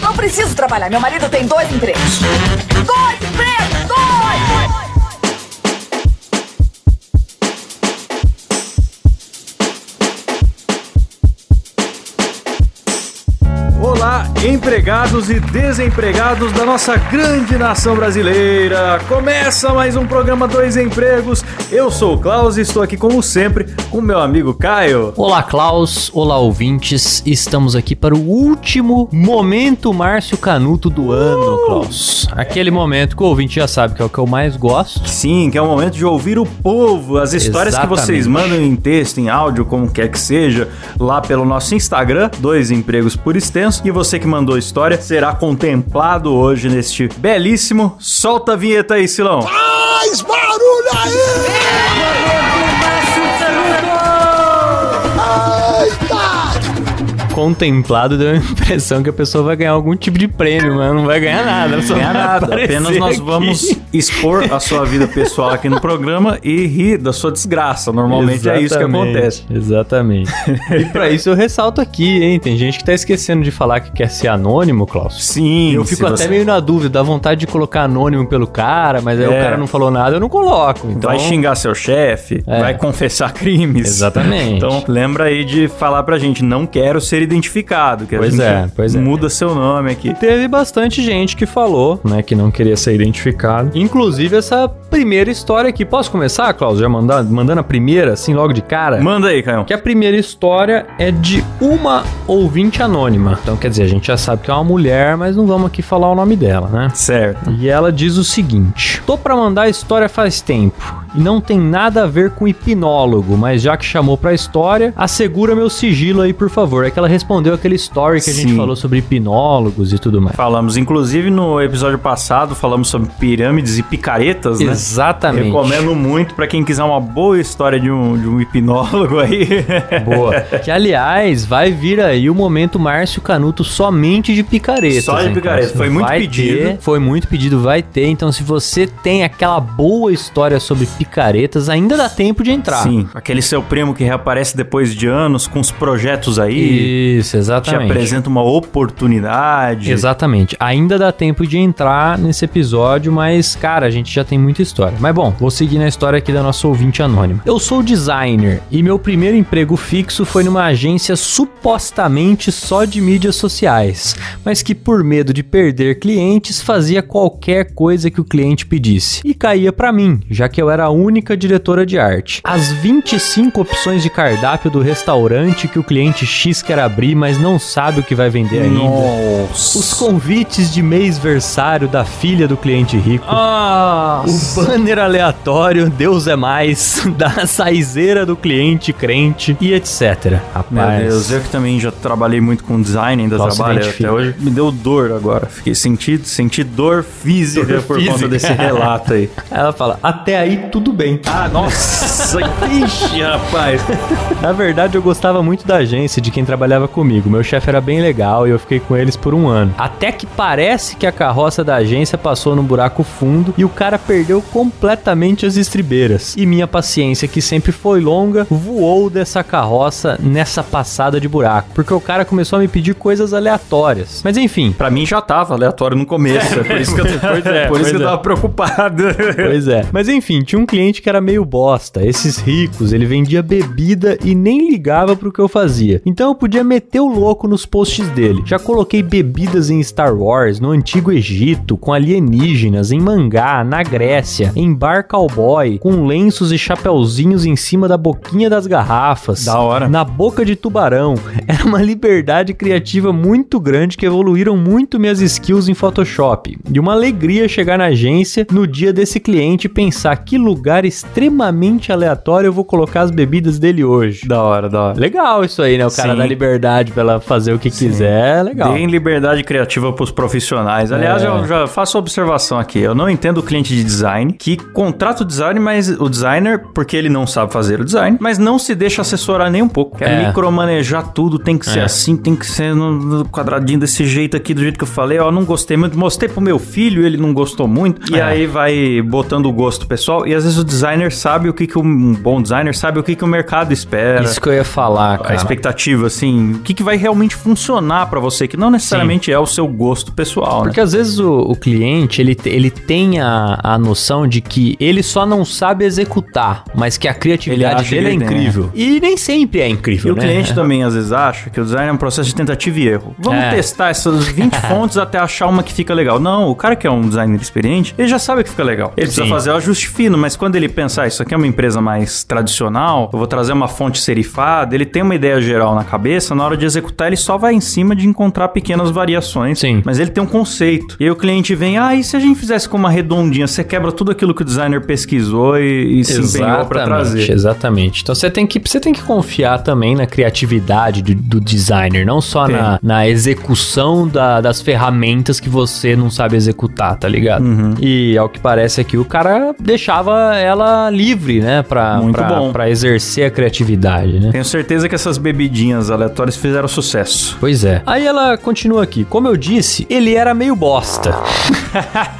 Não preciso trabalhar, meu marido tem dois empregos. Dois empregos! Dois! Olá, empregados e desempregados da nossa grande nação brasileira. Começa mais um programa Dois Empregos. Eu sou o Klaus e estou aqui como sempre com meu amigo Caio. Olá, Klaus. Olá, ouvintes. Estamos aqui para o último momento Márcio Canuto do Uh! ano, Klaus. Aquele momento que o ouvinte já sabe que é o que eu mais gosto. Sim, que é o momento de ouvir o povo, as histórias que vocês Exatamente. mandam em texto, em áudio, como quer que seja, lá pelo nosso Instagram, dois empregos por extenso. E você que mandou história será contemplado hoje neste belíssimo. Solta a vinheta aí, Silão. Contemplado deu a impressão que a pessoa vai ganhar algum tipo de prêmio, mas não vai ganhar nada. Não Não é nada, apenas nós vamos expor a sua vida pessoal aqui no programa e rir da sua desgraça. Normalmente é isso que Exatamente, acontece. Exatamente. e pra isso eu ressalto aqui, hein? Tem gente que tá esquecendo de falar que quer ser anônimo, Klaus. Sim, Eu fico se até você meio na dúvida, dá vontade de colocar anônimo pelo cara, mas aí o É. cara não falou nada, eu não coloco. Então, Vai xingar seu chefe, É. vai confessar crimes. Exatamente. Então lembra aí de falar pra gente, não quero ser identificado. Que a Pois gente é, pois é. Muda seu nome aqui. teve bastante gente que falou, né, que não queria ser identificado. Inclusive essa primeira história aqui. Posso começar, Klaus? Já mandar, mandando a primeira, assim, logo de cara? Manda aí, Caio. Que a primeira história é de uma ouvinte anônima. Então, quer dizer, a gente já sabe que é uma mulher, mas não vamos aqui falar o nome dela, né? Certo. E ela diz o seguinte: Tô pra mandar a história faz tempo. E não tem nada a ver com hipnólogo, mas já que chamou pra história, assegura meu sigilo aí, por favor. É que ela respondeu aquele story que a gente Sim. falou sobre hipnólogos e tudo mais. Falamos, inclusive no episódio passado, falamos sobre pirâmides e picaretas, né? Exatamente. Recomendo muito pra quem quiser uma boa história de um, de um hipnólogo aí. Boa. Que, aliás, vai vir aí o momento Márcio Canuto somente de picareta. Só de picaretas. Foi muito pedido. foi muito pedido, vai ter. Então, se você tem aquela boa história sobre picaretas, ainda dá tempo de entrar. Sim, aquele seu primo que reaparece depois de anos com os projetos aí, Isso, te exatamente. apresenta uma oportunidade. Exatamente. Ainda dá tempo de entrar nesse episódio, mas, cara, a gente já tem muita história. Mas bom, vou seguir na história aqui da nossa ouvinte anônima. Eu sou designer e meu primeiro emprego fixo foi numa agência supostamente só de mídias sociais, mas que por medo de perder clientes fazia qualquer coisa que o cliente pedisse. E caía pra mim, já que eu era a única diretora de arte. As 25 opções de cardápio do restaurante que o cliente X quer abrir, mas não sabe o que vai vender ainda. Os Nossa. convites de mês-versário da filha do cliente rico. O Nossa. banner aleatório, Deus é mais, da saizeira do cliente crente e etc. Meu Rapaz. Deus, eu que também já trabalhei muito com design, ainda Qual se trabalho até identifica? hoje. Me deu dor agora. Fiquei sentido, senti dor física Dor por física. conta desse relato aí. Ela fala, até aí tudo bem. Ah, nossa, ixi, rapaz. Na verdade, eu gostava muito da agência e de quem trabalhava comigo. Meu chefe era bem legal e eu fiquei com eles por um ano. Até que parece que a carroça da agência passou num buraco fundo e o cara perdeu completamente as estribeiras. E minha paciência, que sempre foi longa, voou dessa carroça nessa passada de buraco. Porque o cara começou a me pedir coisas aleatórias. Mas enfim, Pra mim já tava aleatório no começo, é por isso que eu, Pois é, por isso pois que eu é. tava preocupado. Pois é. Mas enfim, tinha um cliente que era meio bosta. Esses ricos, ele vendia bebida e nem ligava pro que eu fazia. Então eu podia meter o louco nos posts dele. Já coloquei bebidas em Star Wars, no Antigo Egito, com alienígenas, em mangá, na Grécia, em bar cowboy, com lenços e chapeuzinhos em cima da boquinha das garrafas. Da hora. Na boca de tubarão. Era uma liberdade criativa muito grande que evoluíram muito minhas skills em Photoshop. E uma alegria chegar na agência no dia desse cliente e pensar que lugar extremamente aleatório eu vou colocar as bebidas dele hoje. Da hora, da hora. Legal isso aí, né? O cara Sim. dá liberdade pra ela fazer o que quiser. é Legal. Deem liberdade criativa para os profissionais. Aliás, É. eu já faço uma observação aqui. Eu não entendo o cliente de design que contrata o design, mas o designer, porque ele não sabe fazer o design, mas não se deixa assessorar nem um pouco. Quer É. micromanejar tudo, tem que ser É. assim, tem que ser no, no quadradinho desse jeito aqui, do jeito que eu falei. Ó, não gostei muito. Mostrei pro meu filho, ele não gostou muito. E É. aí vai botando o gosto pessoal. E às vezes vezes o designer sabe o que, que um bom designer sabe o que, que o mercado espera. Isso que eu ia falar, a cara. expectativa, assim, o que, que vai realmente funcionar pra você, que não necessariamente é o seu gosto pessoal, né? Porque às vezes o, o cliente, ele, te- ele tem a, a noção de que ele só não sabe executar, mas que a criatividade acha que dele é ele tem, incrível. E nem sempre é E incrível, o né? cliente também, às vezes, acha que o design é um processo de tentativa e erro. Vamos É. testar essas 20 fontes até achar uma que fica legal. Não, o cara que é um designer experiente, ele já sabe que fica legal. Ele precisa Sim. fazer o ajuste fino, mas quando ele pensar, isso aqui é uma empresa mais tradicional, eu vou trazer uma fonte serifada, ele tem uma ideia geral na cabeça, na hora de executar, ele só vai em cima de encontrar pequenas variações. Sim. Mas ele tem um conceito. E aí o cliente vem, ah, e se a gente fizesse com uma redondinha? Você quebra tudo aquilo que o designer pesquisou e, e se empenhou pra trazer. Exatamente. Então você tem que, você tem que confiar também na criatividade do, do designer, não só Tem. na, na execução da- das ferramentas que você não sabe executar, tá ligado? Uhum. E ao que parece aqui, o cara deixava ela livre, né? Pra, Muito pra, bom. pra exercer a criatividade, né? Tenho certeza que essas bebidinhas aleatórias fizeram sucesso. Pois é. Aí ela continua aqui. Como eu disse, ele era meio bosta.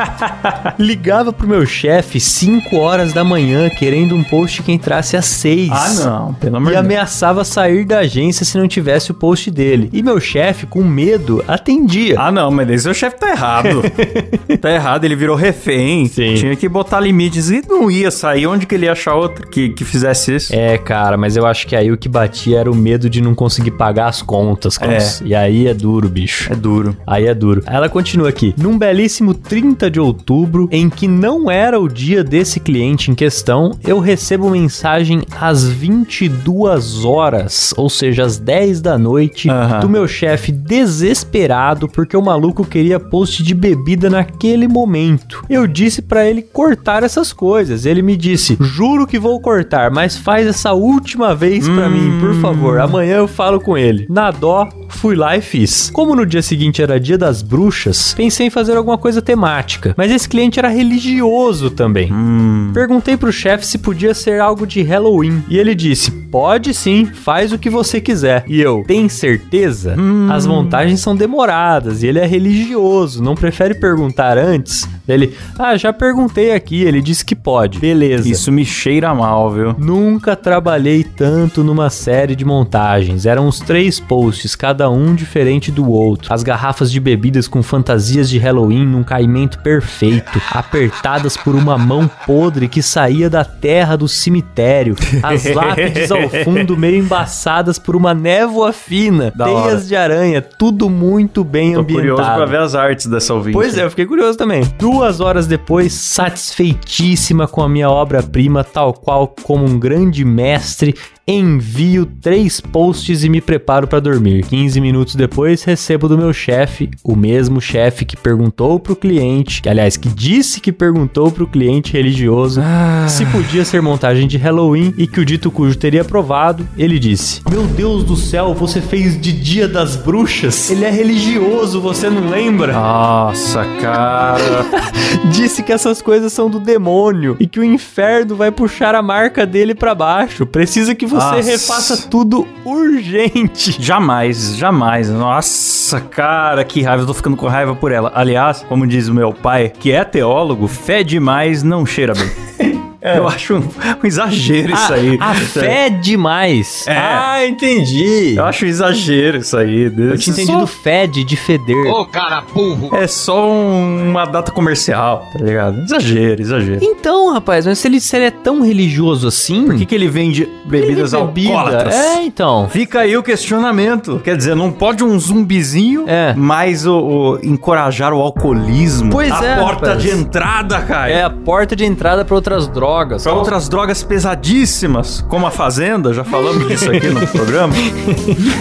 Ligava pro meu chefe 5 horas da manhã querendo um post que entrasse às 6. Ah, não, pelo amor e de Deus. ameaçava sair da agência se não tivesse o post dele. E meu chefe, com medo, atendia. Ah, não, mas daí seu chefe tá errado. tá errado, ele virou refém. Sim. Tinha que botar limites e não ia sair. Onde que ele ia achar outro que, que fizesse isso? É, cara, mas eu acho que aí o que batia era o medo de não conseguir pagar as contas, cara. É. E aí é duro, bicho. É duro. Aí é duro. Ela continua aqui. Num belíssimo 30 de outubro, em que não era o dia desse cliente em questão, eu recebo mensagem às 22 horas, ou seja, às 10 da noite, Aham. do meu chefe desesperado porque o maluco queria post de bebida naquele momento. Eu disse pra ele cortar essas coisas. Ele me disse: "Juro que vou cortar, mas faz essa última vez pra mim, por favor. Amanhã eu falo com ele." Na dó, fui lá e fiz. Como no dia seguinte era dia das bruxas, pensei em fazer alguma coisa temática, mas esse cliente era religioso também. Perguntei pro chefe se podia ser algo de Halloween. E ele disse: pode sim, faz o que você quiser. E eu, tem certeza? As montagens são demoradas e ele é religioso, não prefere perguntar antes? Ele, ah, já perguntei aqui, ele disse que pode. Beleza. Isso me cheira mal, viu? Nunca trabalhei tanto numa série de montagens. Eram uns três posts, cada um diferente do outro. As garrafas de bebidas com fantasias de Halloween num caimento perfeito, apertadas por uma mão podre que saía da terra do cemitério. As lápides ao fundo meio embaçadas por uma névoa fina, Da teias hora. de aranha, tudo muito bem Tô ambientado. curioso pra ver as artes dessa ouvinte. Pois é, eu fiquei curioso também. Duas horas depois, satisfeitíssima com a minha obra-prima, tal qual como um grande mestre, envio três posts e me preparo pra dormir. 15 minutos depois, recebo do meu chefe, o mesmo chefe que perguntou pro cliente, que aliás, que disse que perguntou pro cliente religioso se podia ser montagem de Halloween e que o dito cujo teria aprovado, ele disse: Meu Deus do céu, você fez de Dia das Bruxas? Ele é religioso, você não lembra? Nossa, cara. Disse que essas coisas são do demônio e que o inferno vai puxar a marca dele pra baixo. Precisa que você Nossa. refaça tudo urgente. jamais, jamais. Nossa, cara, que raiva. Eu tô ficando com raiva por ela. Aliás, como diz o meu pai, que é teólogo, fé demais não cheira bem. Eu acho um, um exagero isso aí. É. A, a fé demais. É. Ah, entendi. Eu acho um exagero isso aí. Eu tinha entendido fede de feder. É só um- uma data comercial, tá ligado? Exagero, exagero. Então, rapaz, mas se ele, se ele é tão religioso assim, Por que, que ele vende bebidas bebida? alcoólatras? É, então. Fica aí o questionamento. Quer dizer, não pode um zumbizinho, É. mas o, o- encorajar o alcoolismo. Pois a é, porta rapaz. de entrada, cara. É a porta de entrada pra outras drogas. Pra outras drogas pesadíssimas, como a Fazenda, já falamos disso aqui no programa.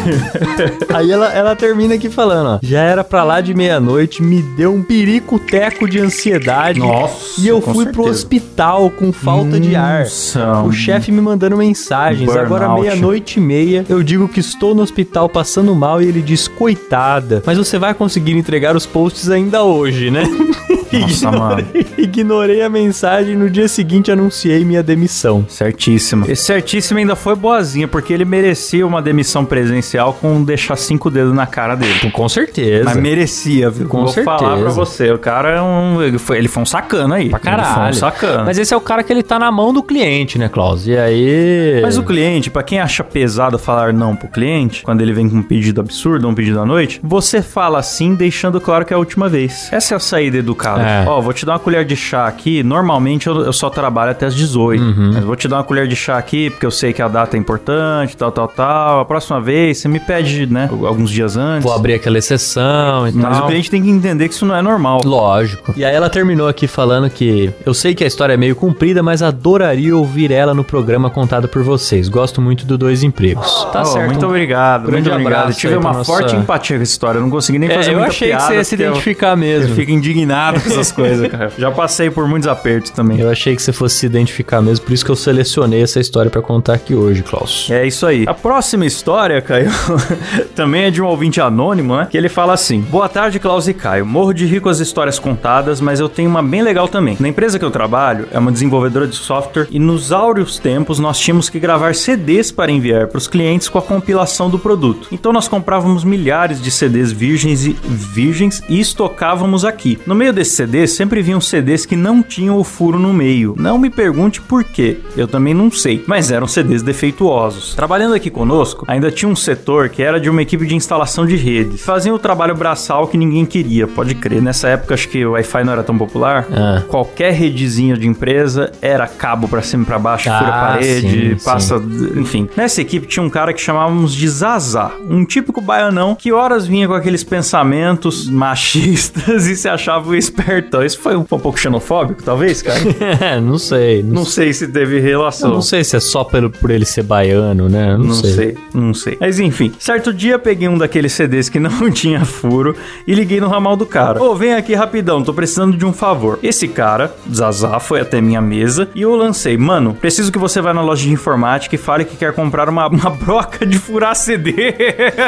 Aí ela, ela termina aqui falando, ó. Já era pra lá de meia-noite, me deu um perico-teco de ansiedade. Nossa, E eu com fui pro certeza. hospital com falta de ar. Nossa. O chefe me mandando mensagens. Um Burnout. Agora meia-noite e meia, eu digo que estou no hospital passando mal e ele diz, coitada, mas você vai conseguir entregar os posts ainda hoje, né? Nossa, mano. Ignorei a mensagem no dia seguinte à anunciei minha demissão. Certíssimo. Esse certíssimo ainda foi boazinha, porque ele merecia uma demissão presencial com um deixar cinco dedos na cara dele. Com certeza. Mas merecia, viu? Com Vou falar certeza. pra você, o cara é um. Ele foi, ele foi um sacana aí. Pra Ele foi um caralho. sacana. Mas esse é o cara que ele tá na mão do cliente, né, Klaus? E aí. Mas o cliente, pra quem acha pesado falar não pro cliente, quando ele vem com um pedido absurdo, um pedido à noite, você fala sim, deixando claro que é a última vez. Essa é a saída educada. É. Ó, vou te dar uma colher de chá aqui. Normalmente eu, eu só trabalho até as 18. Uhum. Mas vou te dar uma colher de chá aqui, porque eu sei que a data é importante, tal, tal, tal. A próxima vez, você me pede, né? Alguns dias antes. Vou abrir aquela exceção e Mas tal. o cliente tem que entender que isso não é normal. Lógico. E aí ela terminou aqui falando que eu sei que a história é meio comprida, mas adoraria ouvir ela no programa contado por vocês. Gosto muito do Dois Empregos. Tá Ó, certo. Muito obrigado, Grande muito obrigado. abraço Eu tive aí pra uma nossa- forte empatia com essa história. Eu não consegui nem fazer É, eu muita achei que piada, você ia se porque eu- identificar mesmo. Eu fico indignado com essas coisas, cara. Já passei por muitos apertos também. Eu achei que você fosse se identificar mesmo, por isso que eu selecionei essa história pra contar aqui hoje, Klaus. É isso aí. A próxima história, Caio, também é de um ouvinte anônimo, né? Que ele fala assim: Boa tarde, Klaus e Caio. Morro de rico as histórias contadas, mas eu tenho uma bem legal também. Na empresa que eu trabalho, é uma desenvolvedora de software, e nos áureos tempos nós tínhamos que gravar CDs para enviar para os clientes com a compilação do produto. Então nós comprávamos milhares de CDs virgens e, virgens e estocávamos aqui. No meio desses CDs sempre vinham CDs que não tinham o furo no meio. Não me pergunte por quê, eu também não sei, mas eram CDs defeituosos. Trabalhando aqui conosco, ainda tinha um setor que era de uma equipe de instalação de rede. Faziam o trabalho braçal que ninguém queria, pode crer. Nessa época acho que o Wi-Fi não era tão popular. Ah. Qualquer redezinha de empresa era cabo pra cima e pra baixo, fura Ah, parede, sim, passa enfim. Nessa equipe tinha um cara que chamávamos de Zazá, um típico baianão que horas vinha com aqueles pensamentos machistas e se achava o espertão. Isso foi um pouco xenofóbico, talvez, cara? É, não sei. Não, não sei se teve eu relação. não sei se é só pelo, por ele ser baiano, né? Eu Não, Não sei. não sei. Mas enfim, certo dia peguei um daqueles CDs que não tinha furo e liguei no ramal do cara. Ô, vem aqui rapidão, tô precisando de um favor. Esse cara, Zazá, foi até minha mesa e eu lancei: Mano, preciso que você vá na loja de informática e fale que quer comprar uma, uma broca de furar CD.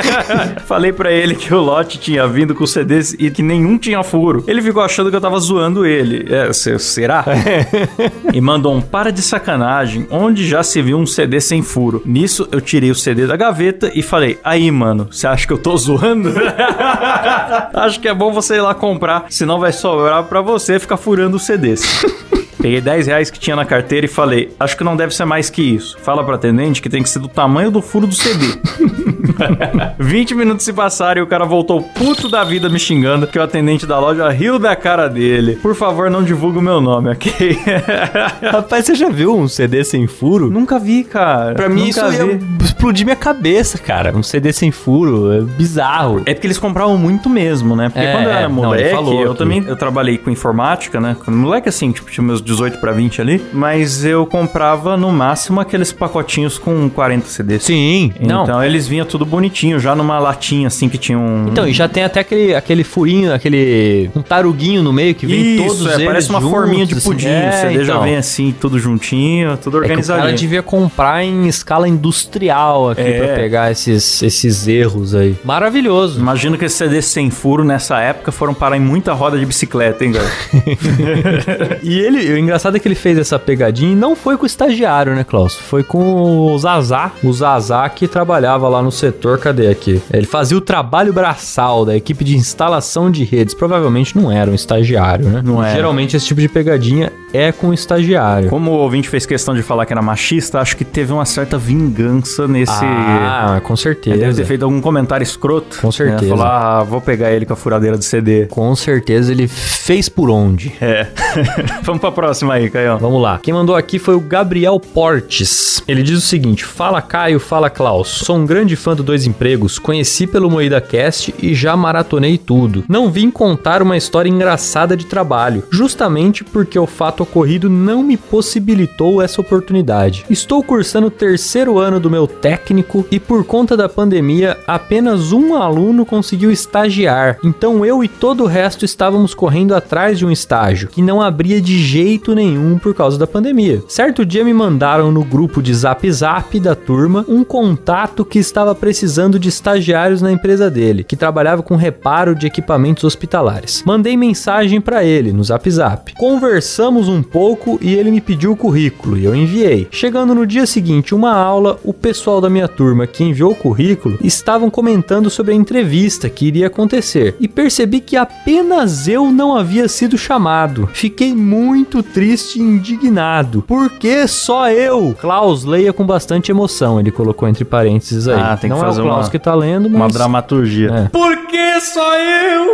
Falei pra ele que o lote tinha vindo com CDs e que nenhum tinha furo. Ele ficou achando que eu tava zoando ele. É, se- será? e mandou um para de sacanagem, onde já se viu um CD sem furo. Nisso, eu tirei o CD da gaveta e falei: Aí, mano, você acha que eu tô zoando? Acho que é bom você ir lá comprar, senão vai sobrar pra você ficar furando os CDs. Peguei 10 reais que tinha na carteira e falei: Acho que não deve ser mais que isso. Fala pra atendente que tem que ser do tamanho do furo do CD. 20 minutos se passaram e o cara voltou puto da vida me xingando que o atendente da loja riu da cara dele. Por favor, não divulgue o meu nome, ok? Rapaz, você já viu um CD sem furo? Nunca vi, cara. Pra mim, Nunca isso ia vi. explodir minha cabeça, cara. Um CD sem furo, é bizarro. É porque eles compravam muito mesmo, né? Porque É, quando eu é. era Não, ele moleque, falou eu que- também eu trabalhei com informática, né? Quando Moleque assim, tipo, tinha meus 18 pra 20 ali, mas eu comprava no máximo aqueles pacotinhos com 40 CDs. Sim, Então não. eles vinham tudo bonitinho, já numa latinha assim que tinha um. Então, e já tem até aquele, aquele furinho, aquele. um taruguinho no meio que vem Isso, todos é, eles. parece uma juntos, forminha de assim. pudim. É, o CD já então. vem assim, tudo juntinho, tudo É que o cara organizadinho. devia comprar em escala industrial aqui É. pra pegar esses, esses erros aí. Maravilhoso. Imagino que esses CDs sem furo nessa época foram parar em muita roda de bicicleta, hein, galera? E ele, o engraçado é que ele fez essa pegadinha e não foi com o estagiário, né, Klaus? Foi com o Zazá. O Zazá que trabalhava lá no setor, cadê aqui? Ele fazia o trabalho braçal da equipe de instalação de redes. Provavelmente não era um estagiário, né? Não era. Geralmente esse tipo de pegadinha é com o estagiário. Como o ouvinte fez questão de falar que era machista, acho que teve uma certa vingança nesse. Ah, com Ele certeza. deve ter feito algum comentário escroto. Com certeza. Né? Falar, ah, vou pegar ele com a furadeira do CD. Com certeza ele fez por onde. É. Vamos pra próxima aí, Caio. Vamos lá. Quem mandou aqui foi o Gabriel Portes. Ele diz o seguinte: Fala Caio, fala Klaus. Sou um grande fã do Dois Empregos, conheci pelo Moída Cast e já maratonei tudo. Não vim contar uma história engraçada de trabalho, justamente porque o fato ocorrido não me possibilitou essa oportunidade. Estou cursando o terceiro ano do meu técnico e por conta da pandemia apenas um aluno conseguiu estagiar. Então eu e todo o resto estávamos correndo atrás de um estágio que não abria de jeito nenhum por causa da pandemia. Certo dia me mandaram no grupo de Zap Zap da turma um contato que estava precisando de estagiários na empresa dele, que trabalhava com reparo de equipamentos hospitalares. Mandei mensagem para ele no Zap Zap. Conversamos um pouco e ele me pediu o currículo e eu enviei. Chegando no dia seguinte, uma aula, o pessoal da minha turma que enviou o currículo estavam comentando sobre a entrevista que iria acontecer e percebi que apenas eu não havia sido chamado. Fiquei muito triste e indignado. Por que só eu? Klaus leia com bastante emoção, ele colocou entre parênteses aí. Ah, tem que não fazer é o Klaus uma- que tá lendo, mas Uma dramaturgia. É. Por que só eu?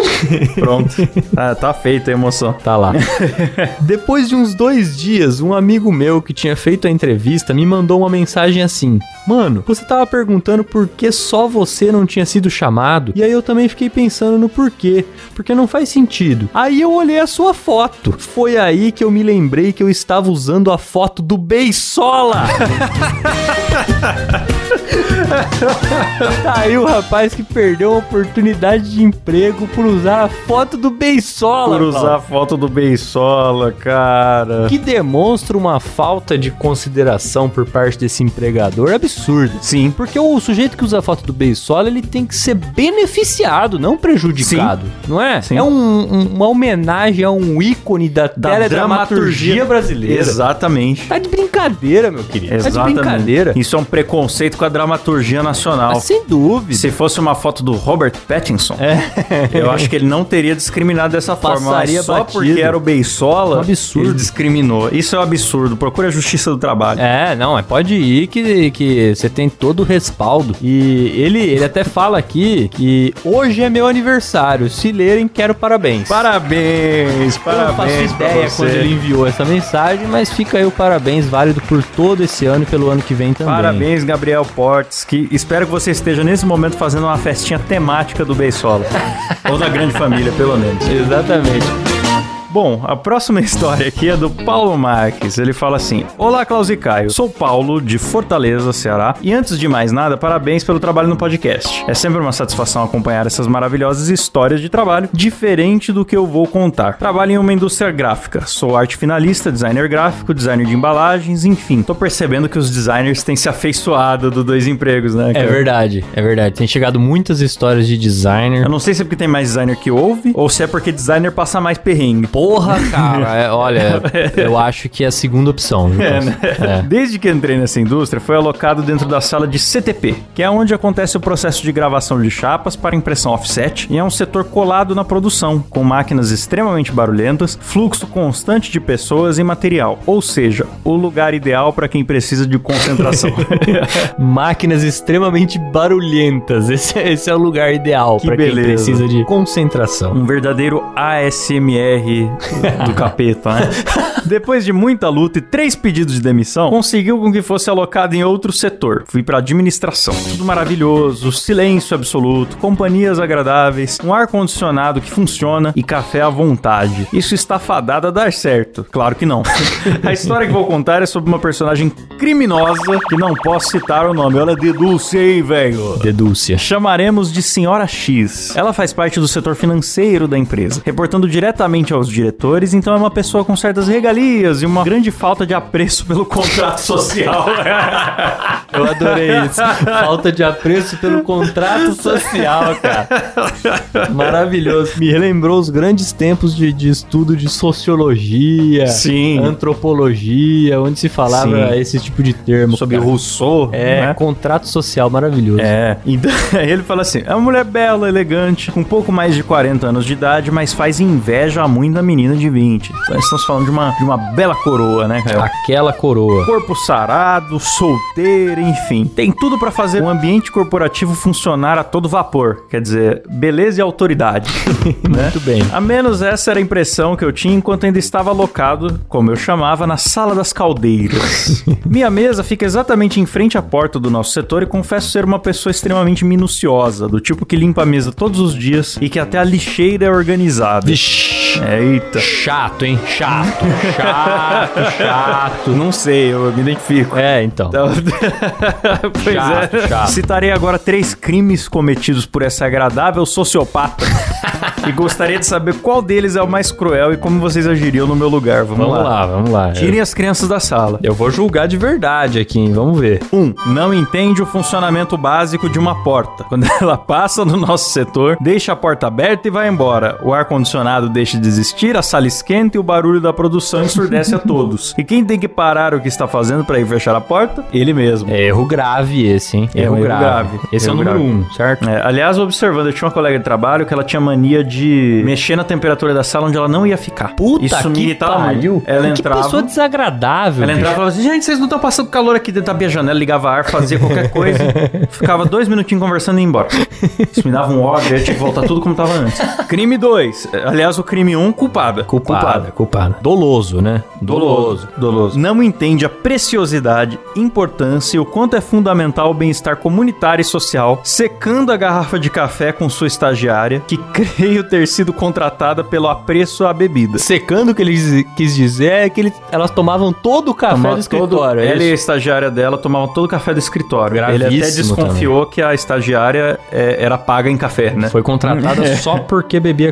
Pronto. Ah, tá feita a emoção. Tá lá. Depois de uns dois dias, um amigo meu que tinha feito a entrevista me mandou uma mensagem assim: Mano, você tava perguntando por que só você não tinha sido chamado? E aí eu também fiquei pensando no porquê, porque não faz sentido. Aí eu olhei a sua foto. Foi aí que eu me lembrei que eu estava usando a foto do Beisola. Tá aí o rapaz que perdeu a oportunidade de emprego por usar a foto do Beisola. Por Paulo. usar a foto do Beisola, cara. que demonstra uma falta de consideração por parte desse empregador absurda. Sim. Porque o sujeito que usa a foto do Beisola, ele tem que ser beneficiado, não prejudicado, não é? Sim. É um- um- uma homenagem a um ícone da, Da teledramaturgia dramaturgia. é brasileira. Exatamente. Tá de brincadeira, meu querido. Tá de brincadeira. Isso é um preconceito com a dramaturgia nacional. Ah, sem dúvida. É. Se fosse uma foto do Robert Pattinson, eu acho que ele não teria discriminado dessa forma. Passaria mas só batido. porque era o Beisola, Um absurdo. ele discriminou. Isso é um absurdo. Procura a justiça do trabalho. É, não, é, pode ir que, que você tem todo o respaldo. E ele, ele até fala aqui que hoje é meu aniversário. Se lerem, quero parabéns. Parabéns, Eu não faço parabéns pra ideia você. quando ele enviou essa mensagem, mas fica aí o parabéns válido por todo esse ano e pelo ano que vem também. Parabéns, Gabriel Portes, que espero que você esteja nesse momento fazendo uma festinha temática do Beisola. Ou da grande família, pelo menos. Exatamente. Bom, a próxima história aqui é do Paulo Marques. Ele fala assim: Olá, Klaus e Caio. Sou Paulo, de Fortaleza, Ceará. E antes de mais nada, parabéns pelo trabalho no podcast. É sempre uma satisfação acompanhar essas maravilhosas histórias de trabalho, diferente do que eu vou contar. Trabalho em uma indústria gráfica. Sou arte finalista, designer gráfico, designer de embalagens, enfim. Tô percebendo que os designers têm se afeiçoado dos dois empregos, né? É cara? verdade, é verdade. Tem chegado muitas histórias de Eu designer. não sei se é porque tem mais designer que ouve ou se é porque designer passa mais perrengue. Porra, cara, é, olha, eu acho que é a segunda opção, viu? É, Carlos? né? É. Desde que entrei nessa indústria, foi alocado dentro da sala de CTP, que é onde acontece o processo de gravação de chapas para impressão offset, e é um setor colado na produção, com máquinas extremamente barulhentas, fluxo constante de pessoas e material. Ou seja, o lugar ideal para quem precisa de concentração. Máquinas extremamente barulhentas. Esse é, esse é o lugar ideal Que pra quem beleza. precisa de concentração. Um verdadeiro ASMR do capeta, né? Depois de muita luta e três pedidos de demissão, conseguiu com que fosse alocado em outro setor. Fui pra administração. Tudo maravilhoso, silêncio absoluto, companhias agradáveis, um ar-condicionado que funciona e café à vontade. Isso está fadado a dar certo. Claro que não. a história que vou contar é sobre uma personagem criminosa que não posso citar o nome. Olha, dedulce aí, velho. Dedúcia. Chamaremos de Senhora X. Ela faz parte do setor financeiro da empresa, reportando diretamente aos diretores, então é uma pessoa com certas regalias e uma grande falta de apreço pelo contrato social. Eu adorei isso. Falta de apreço pelo contrato social, cara. Maravilhoso. Me relembrou os grandes tempos de, de estudo de sociologia, É. Sim. antropologia, onde se falava Sim. esse tipo de termo. Sobre cara. Rousseau. É, né? contrato social maravilhoso. É, então ele fala assim: é uma mulher bela, elegante, com um pouco mais de 40 anos de idade, mas faz inveja a muita menina de 20. Então, estamos falando de uma, de uma bela coroa, né, Caio? Aquela coroa. Corpo sarado, solteira, enfim. Tem tudo pra fazer o ambiente corporativo funcionar a todo vapor. Quer dizer, beleza e autoridade. Muito bem. a menos essa era a impressão que eu tinha enquanto ainda estava alocado, como eu chamava, na sala das caldeiras. Minha mesa fica exatamente em frente à porta do nosso setor e confesso ser uma pessoa extremamente minuciosa, do tipo que limpa a mesa todos os dias e que até a lixeira é organizada. É, Vixi. Eita. Chato, hein? Chato, chato, chato. Não sei, eu me identifico. É, então. Então, pois Chato, é. chato. Citarei agora três crimes cometidos por essa agradável sociopata. E gostaria de saber qual deles é o mais cruel e como vocês agiriam no meu lugar. Vamos, Vamos lá. lá. vamos lá. Tirem as crianças da sala. Eu vou julgar de verdade aqui, hein? Vamos ver. 1. Um, não entende o funcionamento básico de uma porta. Quando ela passa no nosso setor, deixa a porta aberta e vai embora. O ar-condicionado deixa de existir, a sala esquenta e o barulho da produção ensurdece a todos. E quem tem que parar o que está fazendo para ir fechar a porta? Ele mesmo. É erro grave esse, hein? Erro É um grave. Esse Erro é o número grave. um, certo? É, aliás, observando, eu tinha uma colega de trabalho que ela tinha mania de mexer na temperatura da sala onde ela não ia ficar. Isso me irritava muito. Ela que entrava. pessoa desagradável. Ela entrava e falava assim, gente, vocês não estão passando calor aqui dentro, abria a janela, ligava ar, fazia qualquer coisa, ficava dois minutinhos conversando e ia embora. Isso me dava um ódio, eu tinha que voltar tudo como tava antes. Crime 2, aliás, o crime 1, um, culpada. Culpada, culpada. Doloso, né? Doloso. Doloso. Não entende a preciosidade, importância e o quanto é fundamental o bem-estar comunitário e social, secando a garrafa de café com sua estagiária, que creio ter sido contratada pelo apreço à bebida. Secando o que ele diz- quis dizer é que ele- elas tomavam todo o café Tomava do todo- escritório. é Ela e a isso? estagiária dela tomavam todo o café do escritório. ele até Gravíssimo desconfiou que a estagiária é, era paga em café, né? Foi contratada só porque bebia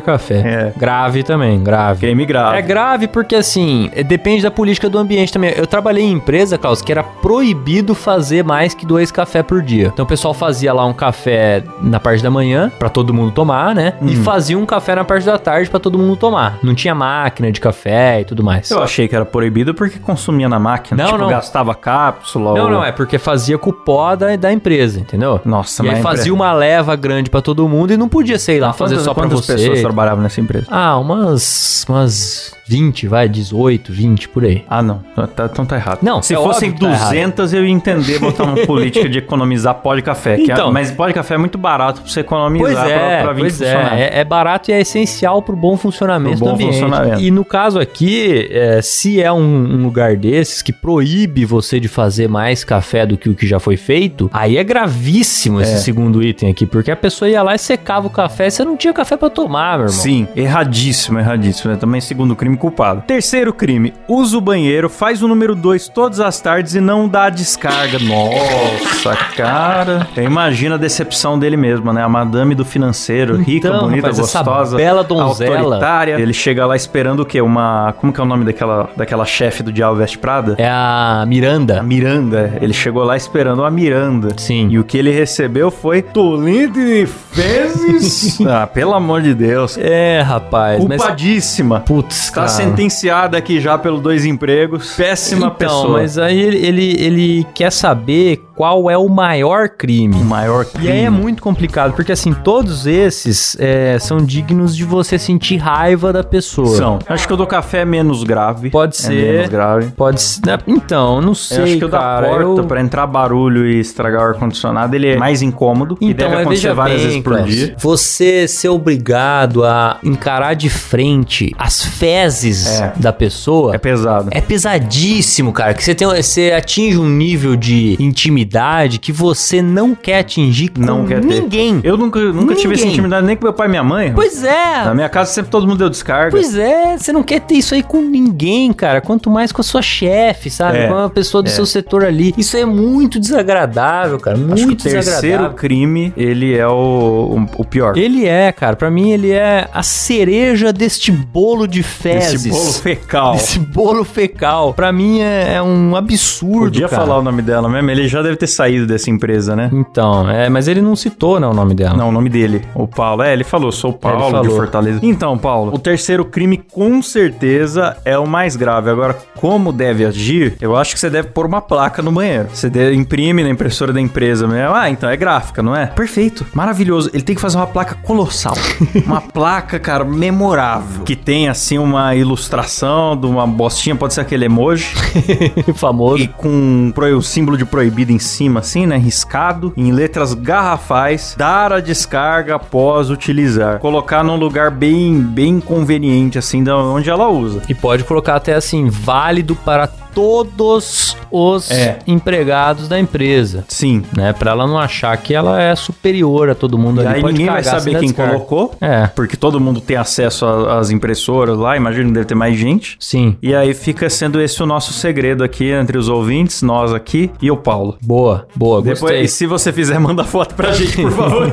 É. café. Grave também, grave. Crime grave. É grave porque, assim, é- depende da política do ambiente também. Eu trabalhei em empresa, Klaus, que era proibido fazer mais que dois cafés por dia. Então o pessoal fazia lá um café na parte da manhã, pra todo mundo tomar, né? Hum. E fazia um café na parte da tarde pra todo mundo tomar. Não tinha máquina de café e tudo mais. Eu achei que era proibido porque consumia na máquina. Não, tipo, não. gastava cápsula. Não, ou- não, é porque fazia cupó da, da empresa, entendeu? Nossa, e aí mas é fazia uma leva grande pra todo mundo e não podia, sei lá, fazer Quantas- só pra quantas você. pessoas trabalhavam nessa empresa? Ah, umas, umas 20, vai, 18, 20, por aí. Ah, não. Tá- então tá errado. Não, se é fossem óbvio que tá errado. 200, eu ia entender botar uma política de economizar pó de café. que é- Então. mas pó de café é muito barato pra você economizar Pois é, pra, pra 20 pois funcionários. é, é. É barato e é essencial pro bom funcionamento Pro bom do ambiente. funcionamento. E no caso aqui, é, se é um, um lugar desses que proíbe você de fazer mais café do que o que já foi feito, aí é gravíssimo É. esse segundo item aqui, porque a pessoa ia lá e secava o café e você não tinha café pra tomar, meu irmão. Sim, erradíssimo, erradíssimo. É também segundo crime culpado. Terceiro crime, usa o banheiro, faz o número 2 todas as tardes e não dá a descarga. Nossa, cara. Eu imagino a decepção dele mesmo, né? A madame do financeiro, rica, Então, bonita, rapaz, essa gostosa, bela donzela. autoritária. Ele chega lá esperando o quê? Uma, como que é o nome daquela, daquela chefe do Diabo Veste Prada? É a A Miranda. Miranda, ele chegou lá esperando a Miranda. Sim. E o que ele recebeu foi Tolente de Fezes. ah, pelo amor de Deus. É, rapaz, mas... Culpadíssima. Putz, Tá cara. sentenciada aqui já pelos dois empregos. Péssima Então, pessoa. mas aí ele, ele, ele quer saber qual é o maior crime. O maior crime. E aí é muito complicado, porque assim, todos esses é, são dignos de você sentir raiva da pessoa. São. Acho que o do café é menos grave. Pode É ser. menos grave. Pode ser. né? Então, não sei. Eu acho que o cara, da porta, eu- pra entrar barulho e estragar o ar-condicionado, ele é mais incômodo. e Então, deve mas acontecer veja várias bem, vezes por Klaus, dia. Você ser obrigado a encarar de frente as fezes É. da pessoa. É pesado. É pesadíssimo, cara. Que você, tem, você atinge um nível de intimidade que você não quer atingir com Não quer ter. ninguém. Eu nunca, nunca tive essa Ninguém. intimidade nem com meu pai e minha mãe. Pois é. Na minha casa sempre todo mundo deu descarga. Pois é, você não quer ter isso aí com ninguém, cara. Quanto mais com a sua chefe, sabe? É, com uma pessoa do é. seu setor ali. Isso é muito desagradável, cara. é, Muito Acho que o terceiro desagradável. crime, ele é o, o, o pior. Ele é, cara. Pra mim, ele é a cereja deste bolo de fezes. Esse bolo fecal. Desse bolo fecal. Pra mim, é, é um absurdo, Podia cara. falar o nome dela mesmo, ele já deve ter saído dessa empresa, né? Então, é, mas ele não citou, né, o nome dela. Não, o nome dele. O Paulo. É, ele falou, sou o Paulo ele de falou. Fortaleza. Então, Paulo, o terceiro crime com certeza é o mais grave. Agora, como deve agir? Eu acho que você deve pôr uma placa no banheiro. Você de- imprime na impressora da empresa mesmo. Ah, então é gráfica, não é? Perfeito. Maravilhoso. Ele tem que fazer uma placa colossal. uma placa, cara, memorável. Que tem, assim, uma ilustração de uma bostinha, pode ser aquele emoji. É Famoso. E com pro- o símbolo de proibido em cima, assim, né? Riscado. Em letras garrafais. Dar a descarga após utilizar. Colocar num lugar bem, bem conveniente, assim, da onde ela usa. E pode colocar até assim, válido para todos os É. empregados da empresa. Sim. Né, pra ela não achar que ela é superior a todo mundo E ali. aí Pode ninguém vai cagar sem saber dar quem descarga. colocou, É, porque todo mundo tem acesso a- às impressoras lá, imagino que deve ter mais gente. sim. E aí fica sendo esse o nosso segredo aqui entre os ouvintes, nós aqui e o Paulo. Boa, boa, gostei. Depois, e se você fizer, manda foto pra gente, por favor.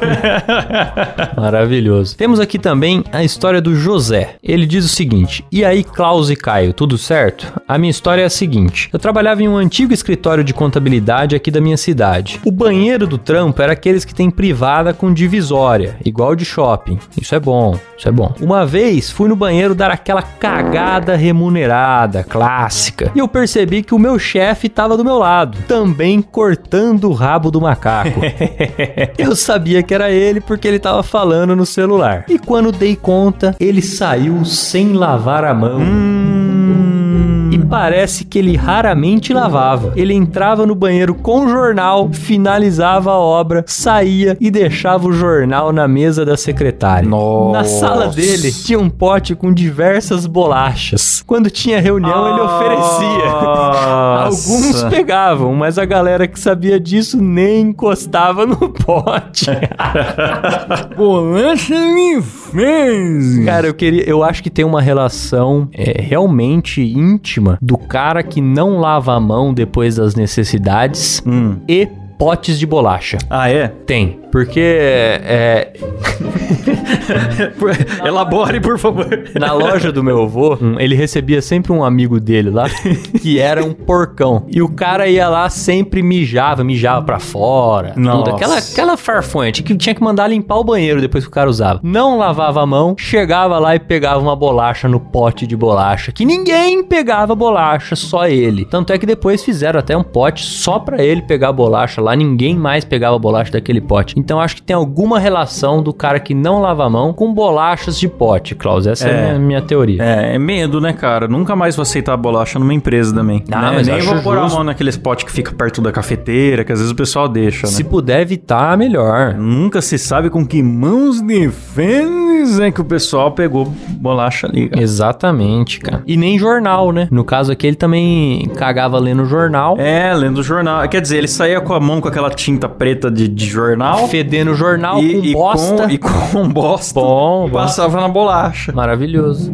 Maravilhoso. Temos aqui também a história do José. Ele diz o seguinte: E aí, Klaus e Caio, tudo certo? A minha história é a seguinte: Eu trabalhava em um antigo escritório de contabilidade aqui da minha cidade. O banheiro do trampo era aqueles que tem privada com divisória, igual de shopping. Isso é bom, isso é bom. Uma vez fui no banheiro dar aquela cagada remunerada, clássica, e eu percebi que o meu chefe estava do meu lado, também cortando o rabo do macaco. Eu sabia que era ele porque ele tava falando no celular. E quando dei conta, ele saiu sem lavar a mão. E parece que ele raramente lavava. Ele entrava no banheiro com o jornal, finalizava a obra, saía e deixava o jornal na mesa da secretária. Na sala dele tinha um pote com diversas bolachas. Quando tinha reunião, Ah. ele oferecia. Alguns Alguns pegavam, mas a galera que sabia disso nem encostava no pote. Bolacha me fez. cara, eu queria, eu acho que tem uma relação é, realmente íntima do cara que não lava a mão depois das necessidades Hum. e potes de bolacha. Ah, é? Tem, porque é, Elabore, por favor. Na loja do meu avô, um, ele recebia sempre um amigo dele lá, que era um porcão. E o cara ia lá, sempre mijava, mijava pra fora. Nossa. Tudo. Aquela, aquela farfonte que tinha que mandar limpar o banheiro depois que o cara usava. Não lavava a mão, chegava lá e pegava uma bolacha no pote de bolacha. Que ninguém pegava bolacha, só ele. Tanto é que depois fizeram até um pote só pra ele pegar a bolacha lá. Ninguém mais pegava a bolacha daquele pote. Então acho que tem alguma relação do cara que não lava a mão com bolachas de pote, Klaus. Essa é, a É. minha, minha teoria. É, é medo, né, cara? Nunca mais vou aceitar bolacha numa empresa também. Ah, né? mas Nem acho vou pôr a justo. mão naqueles potes que fica perto da cafeteira, que às vezes o pessoal deixa, né? Se puder evitar, melhor. Nunca se sabe com que mãos de fênix é que o pessoal pegou bolacha ali. cara. Exatamente, cara. E nem jornal, né? No caso aqui, ele também cagava lendo jornal. É, lendo o jornal. Quer dizer, ele saía com a mão com aquela tinta preta de, de jornal. Fedendo jornal com bosta. Com, e com bosta. Bom, e bom. passava na bolacha. Maravilhoso.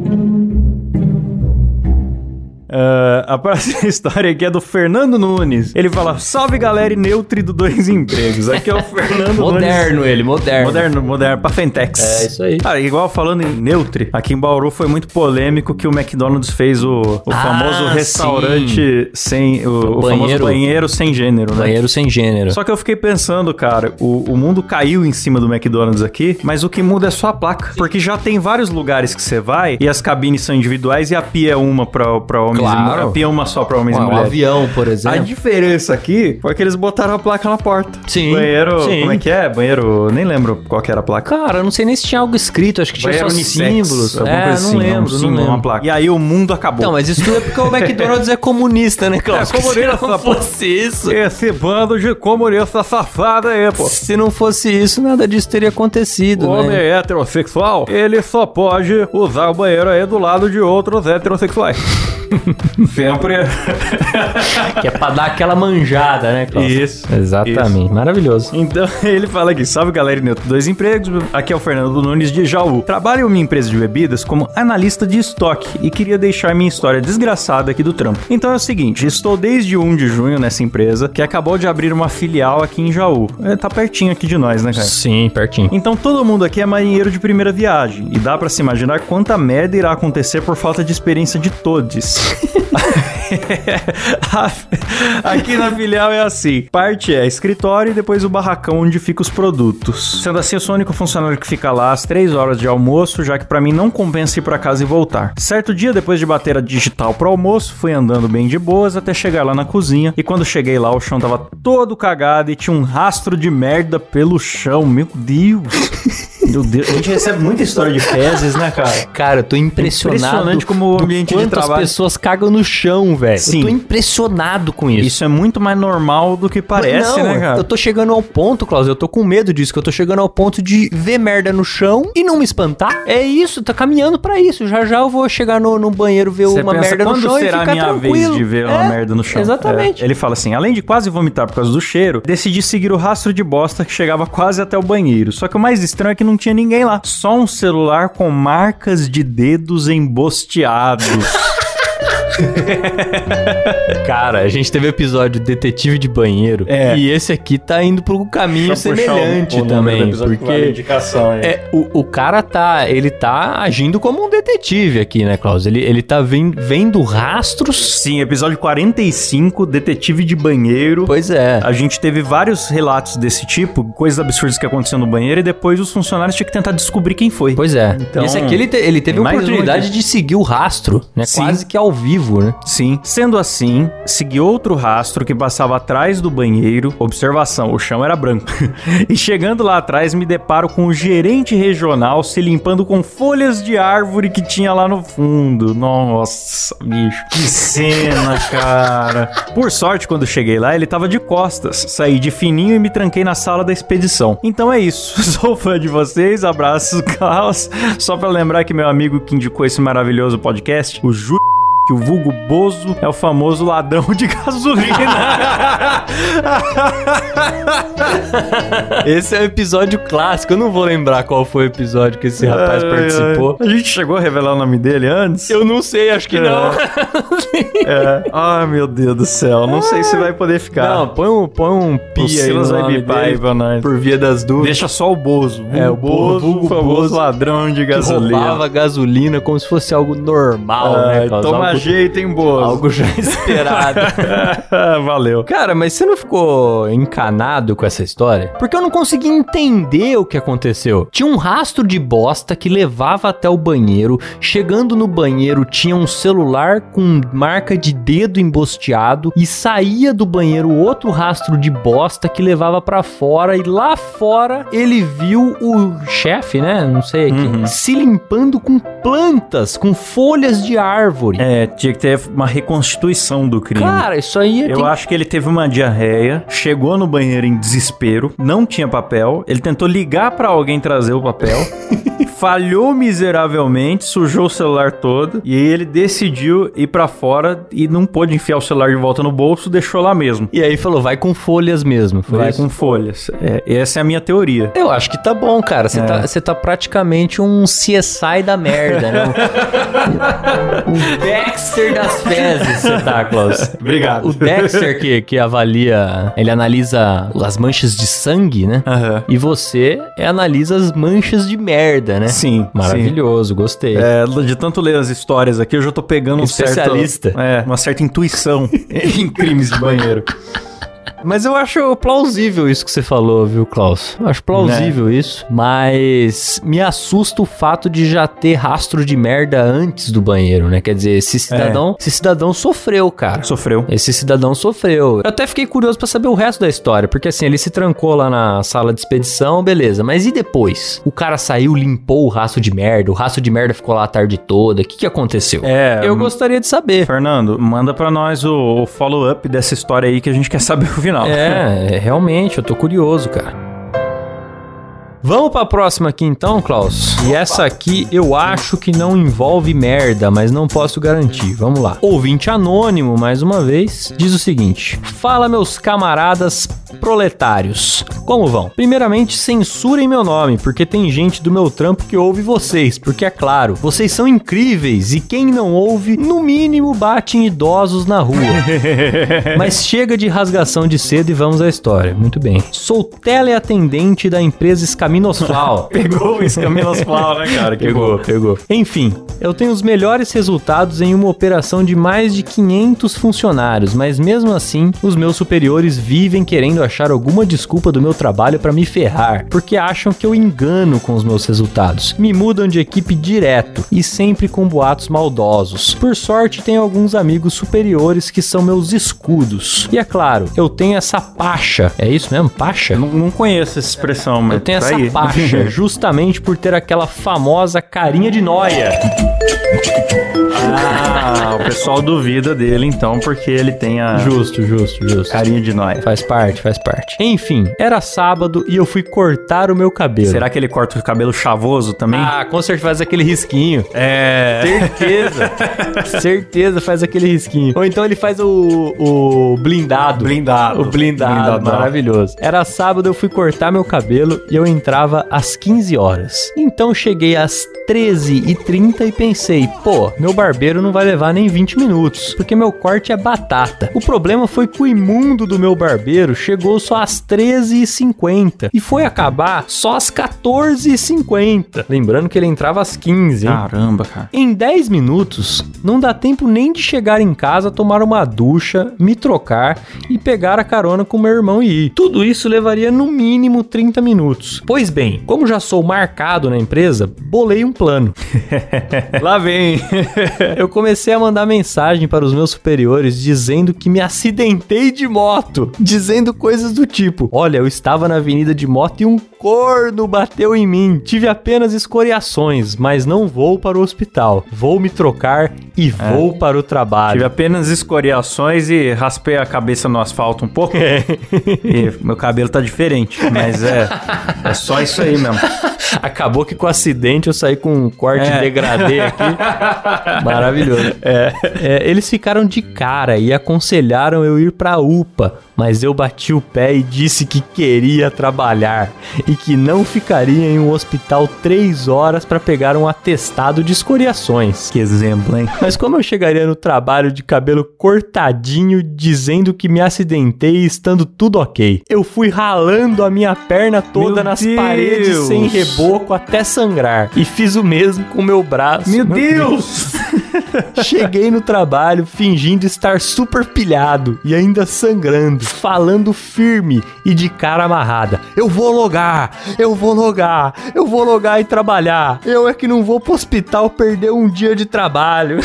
Ah, a próxima história aqui é do Fernando Nunes. Ele fala: Salve galera e neutre do Dois Empregos. Aqui é o Fernando Nunes. Moderno ele, moderno. Moderno, moderno, pra Fentex. É, isso aí. Cara, igual falando em neutre, aqui em Bauru foi muito polêmico que o McDonald's fez o, o Ah, famoso sim. restaurante sem. O, o famoso Banheiro. banheiro sem gênero, né? Banheiro sem gênero. Só que eu fiquei pensando, cara, o, o mundo caiu em cima do McDonald's aqui, mas o que muda é só a placa. Porque já tem vários lugares que você vai e as cabines são individuais e a pia é uma pra, pra homens e Claro. mulheres. A pia é uma só pra homens Ó, e um mulheres. avião, por A exemplo. diferença aqui foi que eles botaram a placa na porta. Sim, Banheiro. sim. Como é que é? Banheiro. Nem lembro qual que era a placa. Cara, eu não sei nem se tinha algo escrito, acho que tinha só símbolos. alguma É, coisa assim, não um lembro, não símbolo, uma lembro. placa. E aí o mundo acabou. Então, mas isso tudo é porque o McDonald's é comunista, né, É, Klaus? comunista, se pô. não fosse isso... Esse bando de comunista safado aí, pô. Se não fosse isso, nada disso teria acontecido, O homem é né? heterossexual, ele só pode usar o banheiro aí do lado de outros heterossexuais. Sempre. Que é pra dar aquela manjada, né, Klaus? Isso, Exatamente. Maravilhoso. Então, ele fala aqui, salve galera, Neto, dois empregos, aqui é o Fernando Nunes de Jaú. Trabalho em uma empresa de bebidas como analista de estoque e queria deixar minha história desgraçada aqui do trampo. Então é o seguinte, estou desde 1 de junho nessa empresa, que acabou de abrir uma filial aqui em Jaú. É, tá pertinho aqui de nós, né, cara? Sim, pertinho. Então todo mundo aqui é marinheiro de primeira viagem e dá pra se imaginar quanta merda irá acontecer por falta de experiência de todos. aqui na filial é assim: parte é escritório e depois o barracão onde fica os produtos. Sendo assim, eu sou o único funcionário que fica lá às 3 horas de almoço, já que pra mim não compensa ir pra casa e voltar. Certo dia, depois de bater a digital pro almoço, fui andando bem de boas até chegar lá na cozinha e quando cheguei lá, o chão tava todo cagado e tinha um rastro de merda pelo chão. Meu Deus! Meu Deus, a gente recebe muita história de fezes, né, cara? Cara, eu tô impressionado. Impressionante como o do ambiente de quanto trabalho- as pessoas cagam no chão, velho. Sim. Eu tô impressionado com isso. Isso é muito mais normal do que parece, Não, né, cara? Eu tô chegando ao ponto, Klaus, eu tô com medo disso, que eu tô chegando ao ponto de ver merda no chão e não me espantar. É isso, tá caminhando pra isso. Já já eu vou chegar no, no banheiro ver Você uma pensa, merda no quando chão e será ficar a minha tranquilo. vez de ver uma É, merda no chão? Exatamente. É. Ele fala assim, além de quase vomitar por causa do cheiro, decidi seguir o rastro de bosta que chegava quase até o banheiro. Só que o mais estranho é que não tinha ninguém lá. Só um celular com marcas de dedos embosteados. Cara, a gente teve episódio Detetive de Banheiro É. um e esse aqui tá indo pro caminho semelhante né, também, porque indicação, é. É, o, o cara tá. Ele tá agindo como um detetive aqui, né, Klaus? Ele, ele tá ven- vendo rastros. Sim, episódio 45, Detetive de Banheiro. Pois é. A gente teve vários relatos desse tipo, coisas absurdas que aconteciam no banheiro, e depois os funcionários tinham que tentar descobrir quem foi. Pois é. Então, Esse aqui ele, te- ele teve a mais um oportunidade aqui. de seguir o rastro, né? Sim. Quase que ao vivo, né? Sim. Sendo assim, segui outro rastro que passava atrás do banheiro. Observação, o chão era branco. e chegando lá atrás, me deparo com o gerente regional se limpando com folhas de árvore que tinha lá no fundo. Nossa, bicho. Que cena, cara. Por sorte, quando cheguei lá, ele tava de costas. Saí de fininho e me tranquei na sala da expedição. Então é isso. Sou fã de vocês. Abraços, Klaus. Só pra lembrar que meu amigo que indicou esse maravilhoso podcast, o Ju que o vulgo Bozo é o famoso ladrão de gasolina. Esse é o episódio clássico. Eu não vou lembrar qual foi o episódio que esse rapaz Ai, ai. participou. A gente chegou a revelar o nome dele antes? Eu não sei, acho que não. É. Ai, meu Deus do céu. Não sei se vai poder ficar. Não, põe um, põe um o pi aí no Silas vai nome bipar aí dele, pra nós. por via das dúvidas. Deixa só o Bozo. É, o Bozo, Vulgo o famoso famoso ladrão de Que gasolina. roubava gasolina como se fosse algo normal, né? Ai, Klaus? toma algo, jeito, hein, Bozo. algo já esperado. Valeu. Cara, mas você não ficou encanado com essa história? Porque eu não consegui entender o que aconteceu. Tinha um rastro de bosta que levava até o banheiro. Chegando no banheiro, tinha um celular com marca de dedo embosteado. E saía do banheiro outro rastro de bosta que levava pra fora. E lá fora, ele viu o chefe, né? Não sei, Uhum. se limpando com plantas, com folhas de árvore. É, tinha que ter uma reconstituição do crime. Cara, isso aí Eu tem acho que ele teve uma diarreia, chegou no banheiro em desespero, não tinha papel, ele tentou ligar pra alguém trazer o papel, falhou miseravelmente, sujou o celular todo e aí ele decidiu ir pra fora e não pôde enfiar o celular de volta no bolso, deixou lá mesmo. E aí falou, vai com folhas mesmo. Foi Vai isso? com folhas. É, essa é a minha teoria. Eu acho que tá bom, cara. Você É. tá, você tá praticamente um CSI da merda, né? Um- um Dexter das fezes, você tá, Klaus. Obrigado. O Dexter que, que avalia, ele analisa as manchas de sangue, né? Aham. E você analisa as manchas de merda, né? Sim. sim. Maravilhoso, gostei. É, de tanto ler as histórias aqui, eu já tô pegando um Especialista. certo, é, uma certa intuição em crimes de banheiro. Mas eu acho plausível isso que você falou, viu, Klaus? Eu acho plausível isso. Mas me assusta o fato de já ter rastro de merda antes do banheiro, né? Quer dizer, esse cidadão, esse cidadão sofreu, cara. Sofreu. Esse cidadão sofreu. Eu até fiquei curioso pra saber o resto da história, porque assim, ele se trancou lá na sala de expedição, beleza. Mas e depois? O cara saiu, limpou o rastro de merda, o rastro de merda ficou lá a tarde toda. O que, que aconteceu? É, Eu gostaria de saber. Fernando, manda pra nós o, o follow-up dessa história aí que a gente quer saber o final. É, é, realmente, eu tô curioso, cara. Vamos pra próxima aqui então, Klaus. E essa aqui eu acho que não envolve merda, mas não posso garantir. Vamos lá. Ouvinte anônimo, mais uma vez, diz o seguinte: Fala, meus camaradas proletários. Como vão? Primeiramente, censurem meu nome, porque tem gente do meu trampo que ouve vocês, porque é claro, vocês são incríveis e quem não ouve, no mínimo, bate em idosos na rua. Mas chega de rasgação de cedo e vamos à história. Muito bem. Sou teleatendente da empresa Escaminosfal. Pegou esse caminho Flau, né, cara? Que boa. pegou. Enfim, eu tenho os melhores resultados em uma operação de mais de 500 funcionários, mas mesmo assim, os meus superiores vivem querendo achar alguma desculpa do meu trabalho pra me ferrar, porque acham que eu engano com os meus resultados. Me mudam de equipe direto e sempre com boatos maldosos. Por sorte, tenho alguns amigos superiores que são meus escudos. E é claro, eu tenho essa pacha. É isso mesmo? Pacha? Não, não conheço essa expressão, mas Eu tenho tá essa aí. tapacha, justamente por ter aquela famosa carinha de noia. Ah, o pessoal duvida dele então, porque ele tem a Justo, justo, justo. carinha de nós. Faz parte, faz parte. Enfim, era sábado e eu fui cortar o meu cabelo. Será que ele corta o cabelo chavoso também? Ah, com certeza faz aquele risquinho. é. Certeza. certeza faz aquele risquinho. Ou então ele faz o, o blindado. Blindado. O blindado, Blindadão. maravilhoso. Era sábado, eu fui cortar meu cabelo e eu entrava às 15 horas. Então cheguei às 13h30 e pensei, pô, meu barbeiro não vai levar nem 20 minutos, porque meu corte é batata. O problema foi que o imundo do meu barbeiro chegou só às 13h50 e foi acabar só às 14h50. Lembrando que ele entrava às 15 hein? Caramba, cara. Em 10 minutos, não dá tempo nem de chegar em casa, tomar uma ducha, me trocar e pegar a carona com meu irmão e ir. Tudo isso levaria no mínimo 30 minutos. Pois bem, como já sou marcado na empresa, bolei um plano. Lá vem. Eu comecei a mandar mensagem para os meus superiores dizendo que me acidentei de moto, dizendo coisas do tipo: Olha, eu estava na avenida de moto e um corno bateu em mim. Tive apenas escoriações, mas não vou para o hospital. Vou me trocar É. e vou para o Tive trabalho. apenas escoriações e raspei a cabeça no asfalto um pouco. E meu cabelo tá diferente, mas é. É só isso aí mesmo. Acabou que com o acidente eu saí com um corte É. degradê aqui. Maravilhoso. É, eles ficaram de cara e aconselharam eu ir pra UPA, mas eu bati o pé e disse que queria trabalhar e que não ficaria em um hospital três horas pra pegar um atestado de escoriações. Que exemplo, hein? Mas como eu chegaria no trabalho de cabelo cortadinho, dizendo que me acidentei e estando tudo ok? Eu fui ralando a minha perna toda Meu nas Deus! paredes sem reboco até sangrar. E fiz o mesmo com o meu braço. Meu Deus! Cheguei no trabalho fingindo estar super pilhado e ainda sangrando, falando firme e de cara amarrada. Eu vou logar, eu vou logar, eu vou logar e trabalhar. Eu é que não vou pro hospital perder um dia de trabalho.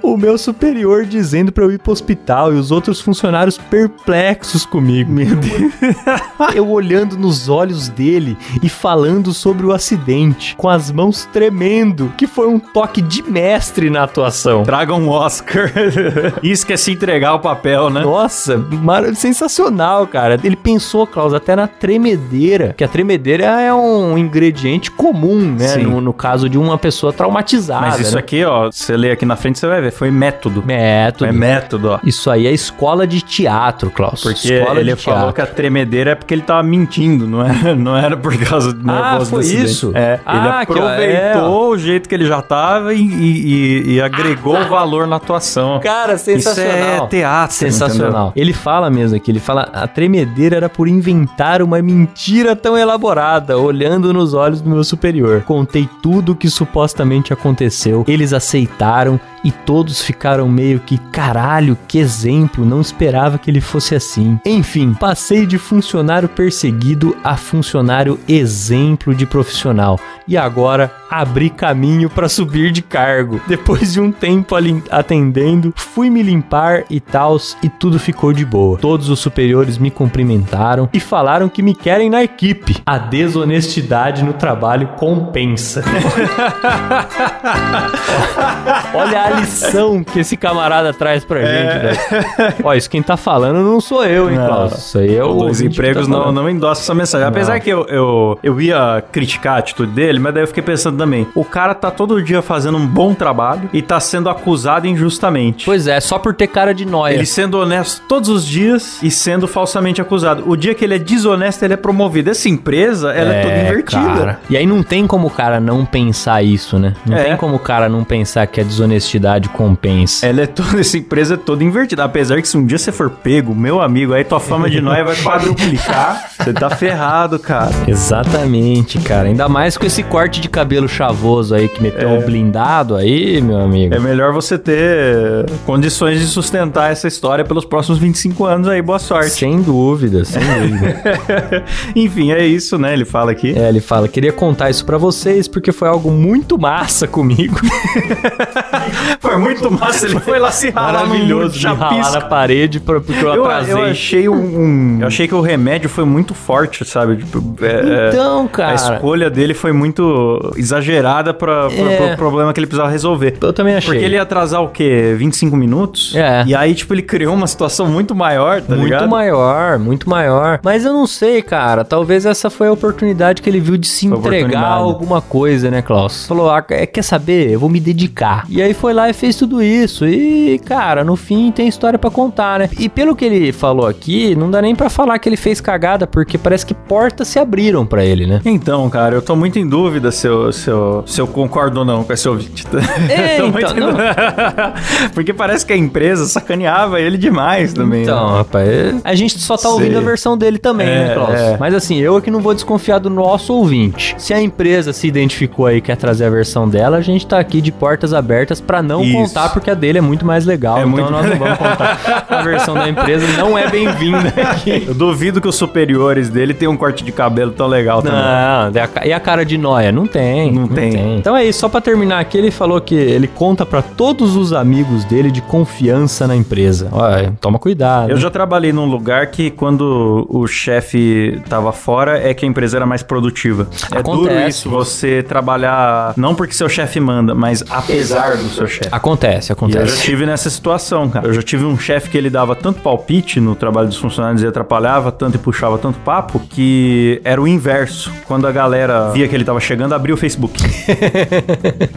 O meu superior dizendo pra eu ir pro hospital e os outros funcionários perplexos comigo. Meu Deus. Eu olhando nos olhos dele e falando sobre o acidente, com as mãos tremendo, que foi um toque de mestre na atuação. Traga um Oscar. Isso que é se entregar o papel, né? Nossa, mar- sensacional, cara. Ele pensou, Klaus, até na tremedeira, que a tremedeira é um ingrediente comum, né? Sim. No, no caso de uma pessoa traumatizada. Mas isso né? aqui, ó, você lê aqui na frente, você vai ver. Foi método. método. É método, ó. Isso aí é escola de teatro, Klaus. Porque escola ele de falou que a tremedeira é porque ele tava mentindo, não era, não era por causa do Ah, nervoso foi do acidente. isso? É, Ah, ele que- aproveitou o jeito que ele já tava e, e- e- e agregou valor na atuação. Ah, Cara, Isso é teatro, Sensacional. Ele fala mesmo aqui, ele fala a tremedeira era por inventar uma mentira tão elaborada, olhando nos olhos do meu superior. Contei tudo o que supostamente aconteceu, eles aceitaram e todos ficaram meio que caralho, que exemplo, não esperava que ele fosse assim. Enfim, passei de funcionário perseguido a funcionário exemplo de profissional e agora abri caminho para subir de cargo. Depois de um tempo ali atendendo, fui me limpar e tal, e tudo ficou de boa. Todos os superiores me cumprimentaram e falaram que me querem na equipe. A desonestidade no trabalho compensa. Olha a lição que esse camarada traz É. pra gente, né? Ó, isso quem tá falando não sou eu, hein, Não. Klaus? Isso aí é o. Os ouvinte que tá empregos não, falando. não endossam essa mensagem. Apesar que eu, eu, eu ia criticar a atitude dele, mas daí eu fiquei pensando também. O cara tá todo dia fazendo um bom trabalho e tá sendo acusado injustamente. Pois é, só por ter cara de nóia. Ele sendo honesto todos os dias e sendo falsamente acusado. O dia que ele é desonesto, ele é promovido. Essa empresa, ela é, toda invertida. cara. E aí não tem como o cara não pensar isso, né? Não É. tem como o cara não pensar que a desonestidade compensa. Ela é toda, essa empresa é toda invertida. Apesar que se um dia você for pego, meu amigo, aí tua fama de nóia vai quadruplicar. Você tá ferrado, cara. Exatamente, cara. Ainda mais com esse esse corte de cabelo chavoso aí que meteu um blindado aí, meu amigo. É melhor você ter condições de sustentar essa história pelos próximos 25 anos aí. Boa sorte. Sem dúvida, sem dúvida. Enfim, é isso, né? Ele fala aqui. É, ele fala, queria contar isso pra vocês porque foi algo muito massa comigo. Foi muito massa. Ele foi lá se ralar É. Maravilhoso, de ralar na chapisco. parede pra- porque eu, Eu, atrasei. eu achei um, um- Eu achei que o remédio foi muito forte, sabe? Tipo, é- é- Então, a cara, escolha dele foi muito exagerada pra, pra, É. pro problema que ele precisava resolver. eu também achei. Porque ele ia atrasar o quê? 25 minutos? É. E aí, tipo, ele criou uma situação muito maior, tá muito ligado? maior, muito maior. Mas eu não sei, cara. Talvez essa foi a oportunidade que ele viu de se Foi a entregar a oportunidade. alguma coisa, né, Klaus? Falou, ah, é, quer saber? Eu vou me dedicar. E aí foi lá e fez tudo isso. E, cara, no fim tem história pra contar, né? E pelo que ele falou aqui, não dá nem pra falar que ele fez cagada, porque parece que portas se abriram pra ele, né? Então, cara, eu tô muito em dúvida se eu, se eu, se eu concordo ou não com esse ouvinte. É, Eu tô muito então, em dúvida. Porque parece que a empresa sacaneava ele demais também. Então, né? rapaz, é- a gente só tá Sei. ouvindo a versão dele também, É, né, Klaus? é. Mas assim, eu aqui não vou desconfiar do nosso ouvinte. Se a empresa se identificou aí e quer trazer a versão dela, a gente tá aqui de portas abertas pra não Isso. contar, porque a dele é muito mais legal. É então muito nós não vamos contar. A versão da empresa não é bem-vinda aqui. Eu duvido que os superiores dele tenham um corte de cabelo tão legal também. Não, é a ca- e a cara de noia? Não tem. Não tem. Então é isso, só pra terminar aqui, ele falou que ele conta pra todos os amigos dele de confiança na empresa. Olha, toma cuidado. Eu já trabalhei num lugar que quando o chefe tava fora é que a empresa era mais produtiva. É duro Acontece. isso, você trabalhar não porque seu chefe manda, mas apesar do seu chefe. Acontece, E eu já acontece. tive nessa situação, cara. Eu já tive um chefe que ele dava tanto palpite no trabalho dos funcionários e atrapalhava tanto e puxava tanto papo que era o inverso. Quando a galera via que ele tava chegando, abria o Facebook.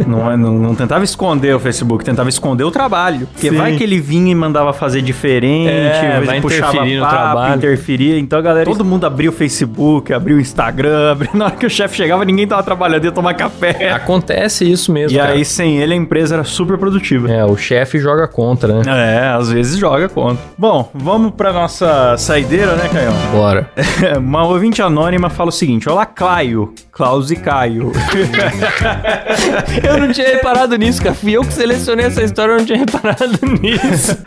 não, é- não, não tentava esconder o Facebook, tentava esconder o trabalho. Porque Sim. vai que ele vinha e mandava fazer diferente, É, às vai vezes puxava interferir no papo, trabalho. interferia. Então a galera, todo mundo abria o Facebook, abria o Instagram, abria... na hora que o chefe chegava, ninguém tava trabalhando, ia tomar É. café. Acontece isso mesmo. E cara. aí, sem ele, a empresa era super produtiva. É, o chefe joga contra, né? É, às vezes joga contra. Bom, vamos pra nossa saideira, né, Caião? Bora. Uma ouvinte anônima fala o seguinte: Olá, Caio. Klaus e Caio. Eu não tinha reparado nisso, cara. Fui eu que selecionei essa história, eu não tinha reparado nisso.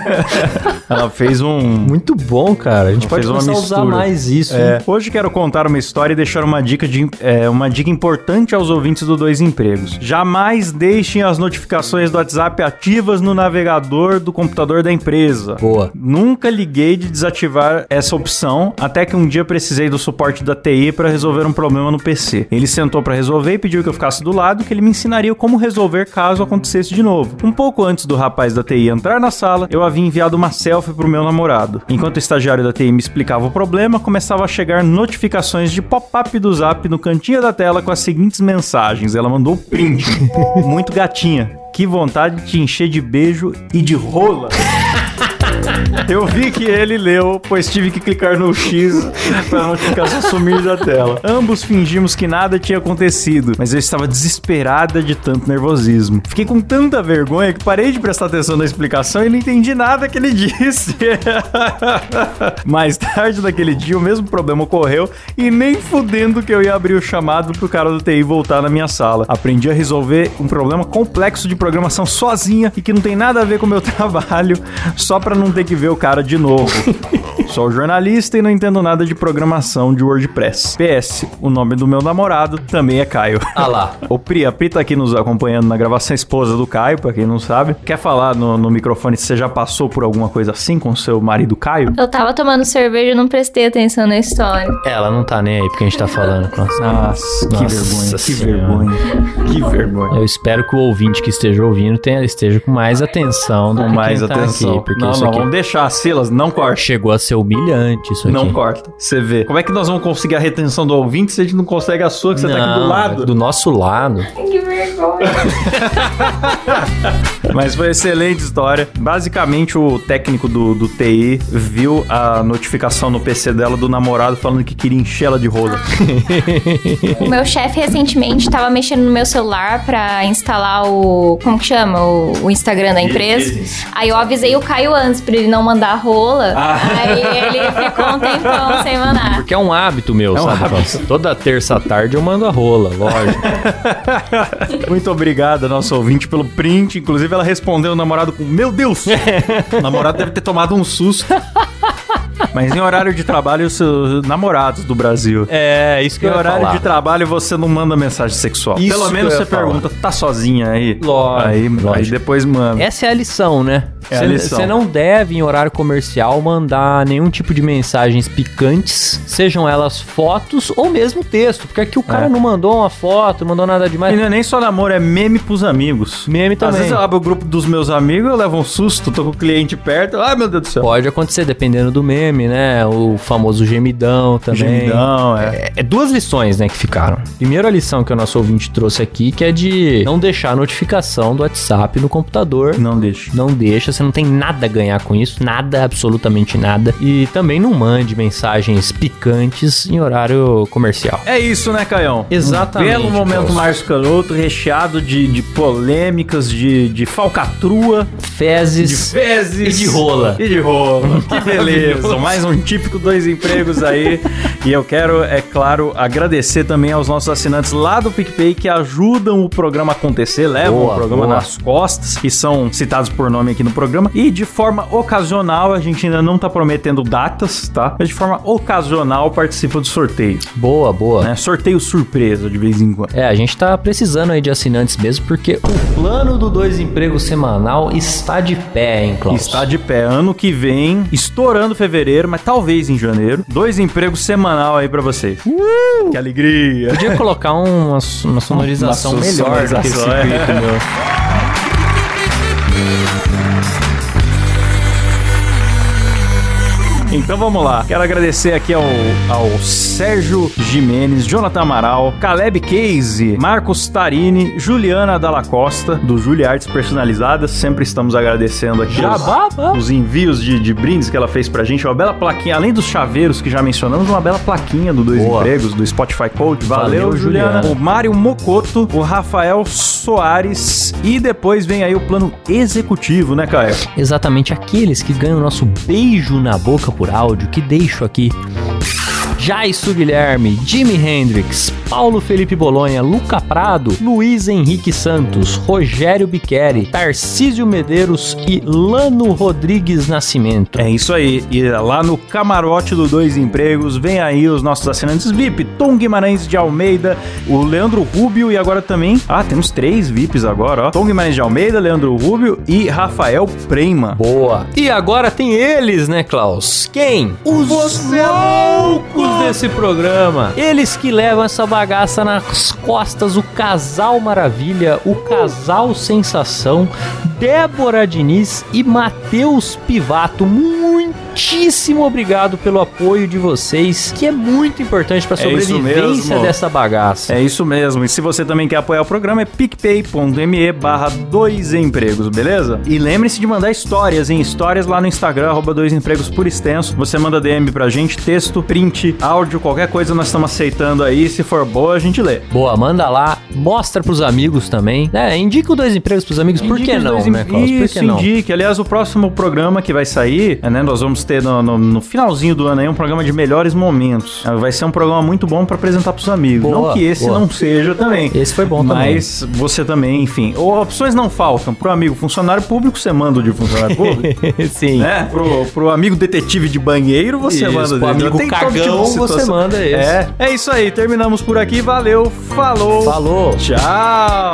Ela fez um. Muito bom, cara. A gente pode Fez uma começar a usar mistura. mais isso. É, hein? hoje quero contar uma história e deixar uma dica, de, é, uma dica importante aos ouvintes do Dois Empregos. Jamais deixem as notificações do WhatsApp ativas no navegador do computador da empresa. Boa. Nunca liguei de desativar essa opção, até que um dia precisei do suporte da TI para resolver um problema no PC. Ele sentou para resolver e pediu que eu ficasse do lado, que ele me ensinaria como resolver caso acontecesse de novo. Um pouco antes do rapaz da TI entrar na sala, eu havia enviado uma selfie pro meu namorado. Enquanto o estagiário da TI me explicava o problema, começava a chegar notificações de pop-up do Zap no cantinho da tela com as seguintes mensagens. Ela mandou um print. Muito gatinha. Que vontade de te encher de beijo e de rola. Eu vi que ele leu, pois tive que clicar no X para a notificação sumir da tela. Ambos fingimos que nada tinha acontecido, mas eu estava desesperada de tanto nervosismo. Fiquei com tanta vergonha que parei de prestar atenção na explicação e não entendi nada que ele disse. Mais tarde naquele dia, o mesmo problema ocorreu e nem fudendo que eu ia abrir o chamado pro cara do TI voltar na minha sala. Aprendi a resolver um problema complexo de programação sozinha e que não tem nada a ver com o meu trabalho, só pra não ter que ver o cara de novo. Sou jornalista e não entendo nada de programação de WordPress. PS, o nome do meu namorado também é Caio. Ah lá. O Pri, a Pri tá aqui nos acompanhando na gravação, esposa do Caio, pra quem não sabe. Quer falar no, no microfone se você já passou por alguma coisa assim com seu marido Caio? Eu tava tomando cerveja e não prestei atenção na história. Ela não tá nem aí porque a gente tá falando. Nossa. Nossa, que Nossa vergonha, Senhora. que vergonha, que vergonha. Eu espero que o ouvinte que esteja ouvindo tenha, esteja com mais atenção do Com que mais quem tá atenção. aqui, porque não, isso não, aqui vamos deixar as selas, não corte. chegou a ser humilhante isso Não aqui. corta, você vê. Como é que nós vamos conseguir a retenção do ouvinte se a gente não consegue a sua, que você tá aqui do Não, é lado? Do nosso lado. Que vergonha. Mas foi excelente história. Basicamente, o técnico do, do TI viu a notificação no PC dela do namorado falando que queria encher ela de rola. O meu chefe recentemente tava mexendo no meu celular pra instalar o. Como que chama? O, o Instagram da empresa. Aí eu avisei o Caio antes, pra ele não mandar rola. Aí ele ficou um tempão sem mandar. Porque é um hábito meu, sabe? Toda terça tarde eu mando a rola, lógico. Muito obrigado, nosso ouvinte, pelo print. Inclusive, ela respondeu o namorado com: Meu Deus! o namorado deve ter tomado um susto. Mas em horário de trabalho, os seus namorados do Brasil. É, isso que Em eu ia horário falar. de trabalho, você não manda mensagem sexual. Isso Pelo que menos eu ia você falar. pergunta, tá sozinha aí? Lógico, Aí, aí lógico. depois manda. Essa é a lição, né? É a Você- lição. Você não deve, em horário comercial, mandar nenhum tipo de mensagens picantes, sejam elas fotos ou mesmo texto. Porque aqui o cara É. não mandou uma foto, não mandou nada E demais. não é nem só namoro, é meme pros amigos. Meme Às também. vezes eu abro o grupo dos meus amigos, eu levo um susto, tô com o cliente perto. Ai, meu Deus do céu. Pode acontecer, dependendo do meme, né? O famoso gemidão também. Gemidão, é. É duas lições, né, que ficaram. Primeira lição que o nosso ouvinte trouxe aqui, que é de não deixar a notificação do WhatsApp no computador. Não deixa. Não deixa, você não tem nada a ganhar com isso, nada, absolutamente nada. E também não mande mensagens picantes em horário comercial. É isso, né, Caião? Exatamente, Um belo momento Celso. Márcio Caroto, recheado de, de polêmicas, de, de falcatrua, de Fezes. fezes. e de rola. E de rola. Que beleza. Mais um típico dois empregos aí. e eu quero, é claro, agradecer também aos nossos assinantes lá do PicPay que ajudam o programa a acontecer, levam Boa, o programa boa. nas costas, que são citados por nome aqui no programa. E de forma ocasional, a gente ainda não tá prometendo datas, tá? Mas de forma ocasional participa do sorteio. Boa, boa. Né? Sorteio surpresa de vez em quando. É, a gente tá precisando aí de assinantes mesmo, porque o plano do dois empregos semanal está de pé, hein, Klaus? Está de pé ano que vem, estourando fevereiro, mas talvez em janeiro. Dois empregos semanal aí pra vocês. Que alegria! Podia colocar um- uma, uma sonorização Uma melhor do que esse sonorização, é. grito, meu. Então vamos lá. Quero agradecer aqui ao, ao Sérgio Jimenez, Jonathan Amaral, Caleb Case, Marcos Tarini, Juliana Dalla Costa, do Juli Artes Personalizadas. Sempre estamos agradecendo aqui os, Jabá, bá. os envios de, de brindes que ela fez pra gente. Uma bela plaquinha, além dos chaveiros que já mencionamos, uma bela plaquinha do Dois Boa. Empregos, do Spotify Code. Valeu, Valeu, Juliana. Juliana. O Mário Mocoto, o Rafael Soares e depois vem aí o plano executivo, né, Caio? Exatamente aqueles que ganham o nosso beijo na boca por áudio, que deixo aqui. Jaisso Guilherme, Jimi Hendrix, Paulo Felipe Bolonha, Luca Prado, Luiz Henrique Santos, Rogério Biqueri, Tarcísio Medeiros e Lano Rodrigues Nascimento. É isso aí. E lá no camarote do Dois Empregos, vem aí os nossos assinantes VIP, Tom Guimarães de Almeida, o Leandro Rubio e agora também... Ah, temos três VIPs agora, ó. Tom Guimarães de Almeida, Leandro Rubio e Rafael Prema. Boa. E agora tem eles, né, Klaus? Quem? Os loucos desse programa. Eles que levam essa bagaça nas costas, o casal maravilha, o casal sensação, Débora Diniz e Matheus Pivato. Muitíssimo obrigado pelo apoio de vocês, que é muito importante para a É isso sobrevivência mesmo. dessa bagaça. É isso mesmo. E se você também quer apoiar o programa, é picpay.me barra dois empregos, beleza? E lembre-se de mandar histórias, hein? Histórias lá no Instagram, arroba dois empregos por extenso. Você manda DM pra gente, texto, print, áudio, qualquer coisa nós estamos aceitando aí. Se for boa, a gente lê. Boa, manda lá, mostra pros amigos também, né? Indica o dois empregos pros amigos, por Indique que os não, dois né, em- Klaus? Por Isso, que não? indique. Aliás, o próximo programa que vai sair, né, nós vamos ter no, no- no finalzinho do ano aí um programa de melhores momentos. Vai ser um programa muito bom pra apresentar pros amigos. Boa, não que esse boa. não seja também. Esse foi bom também. Mas você também, enfim. Ou opções não faltam. Pro amigo funcionário público, você manda o de funcionário público. Sim. né? Pro, pro amigo detetive de banheiro, você Isso, manda pro dele. amigo Tem todo tipo de cagão, você situação. manda esse. É, é isso aí. Terminamos por aqui. Valeu. Falou. Falou. Tchau.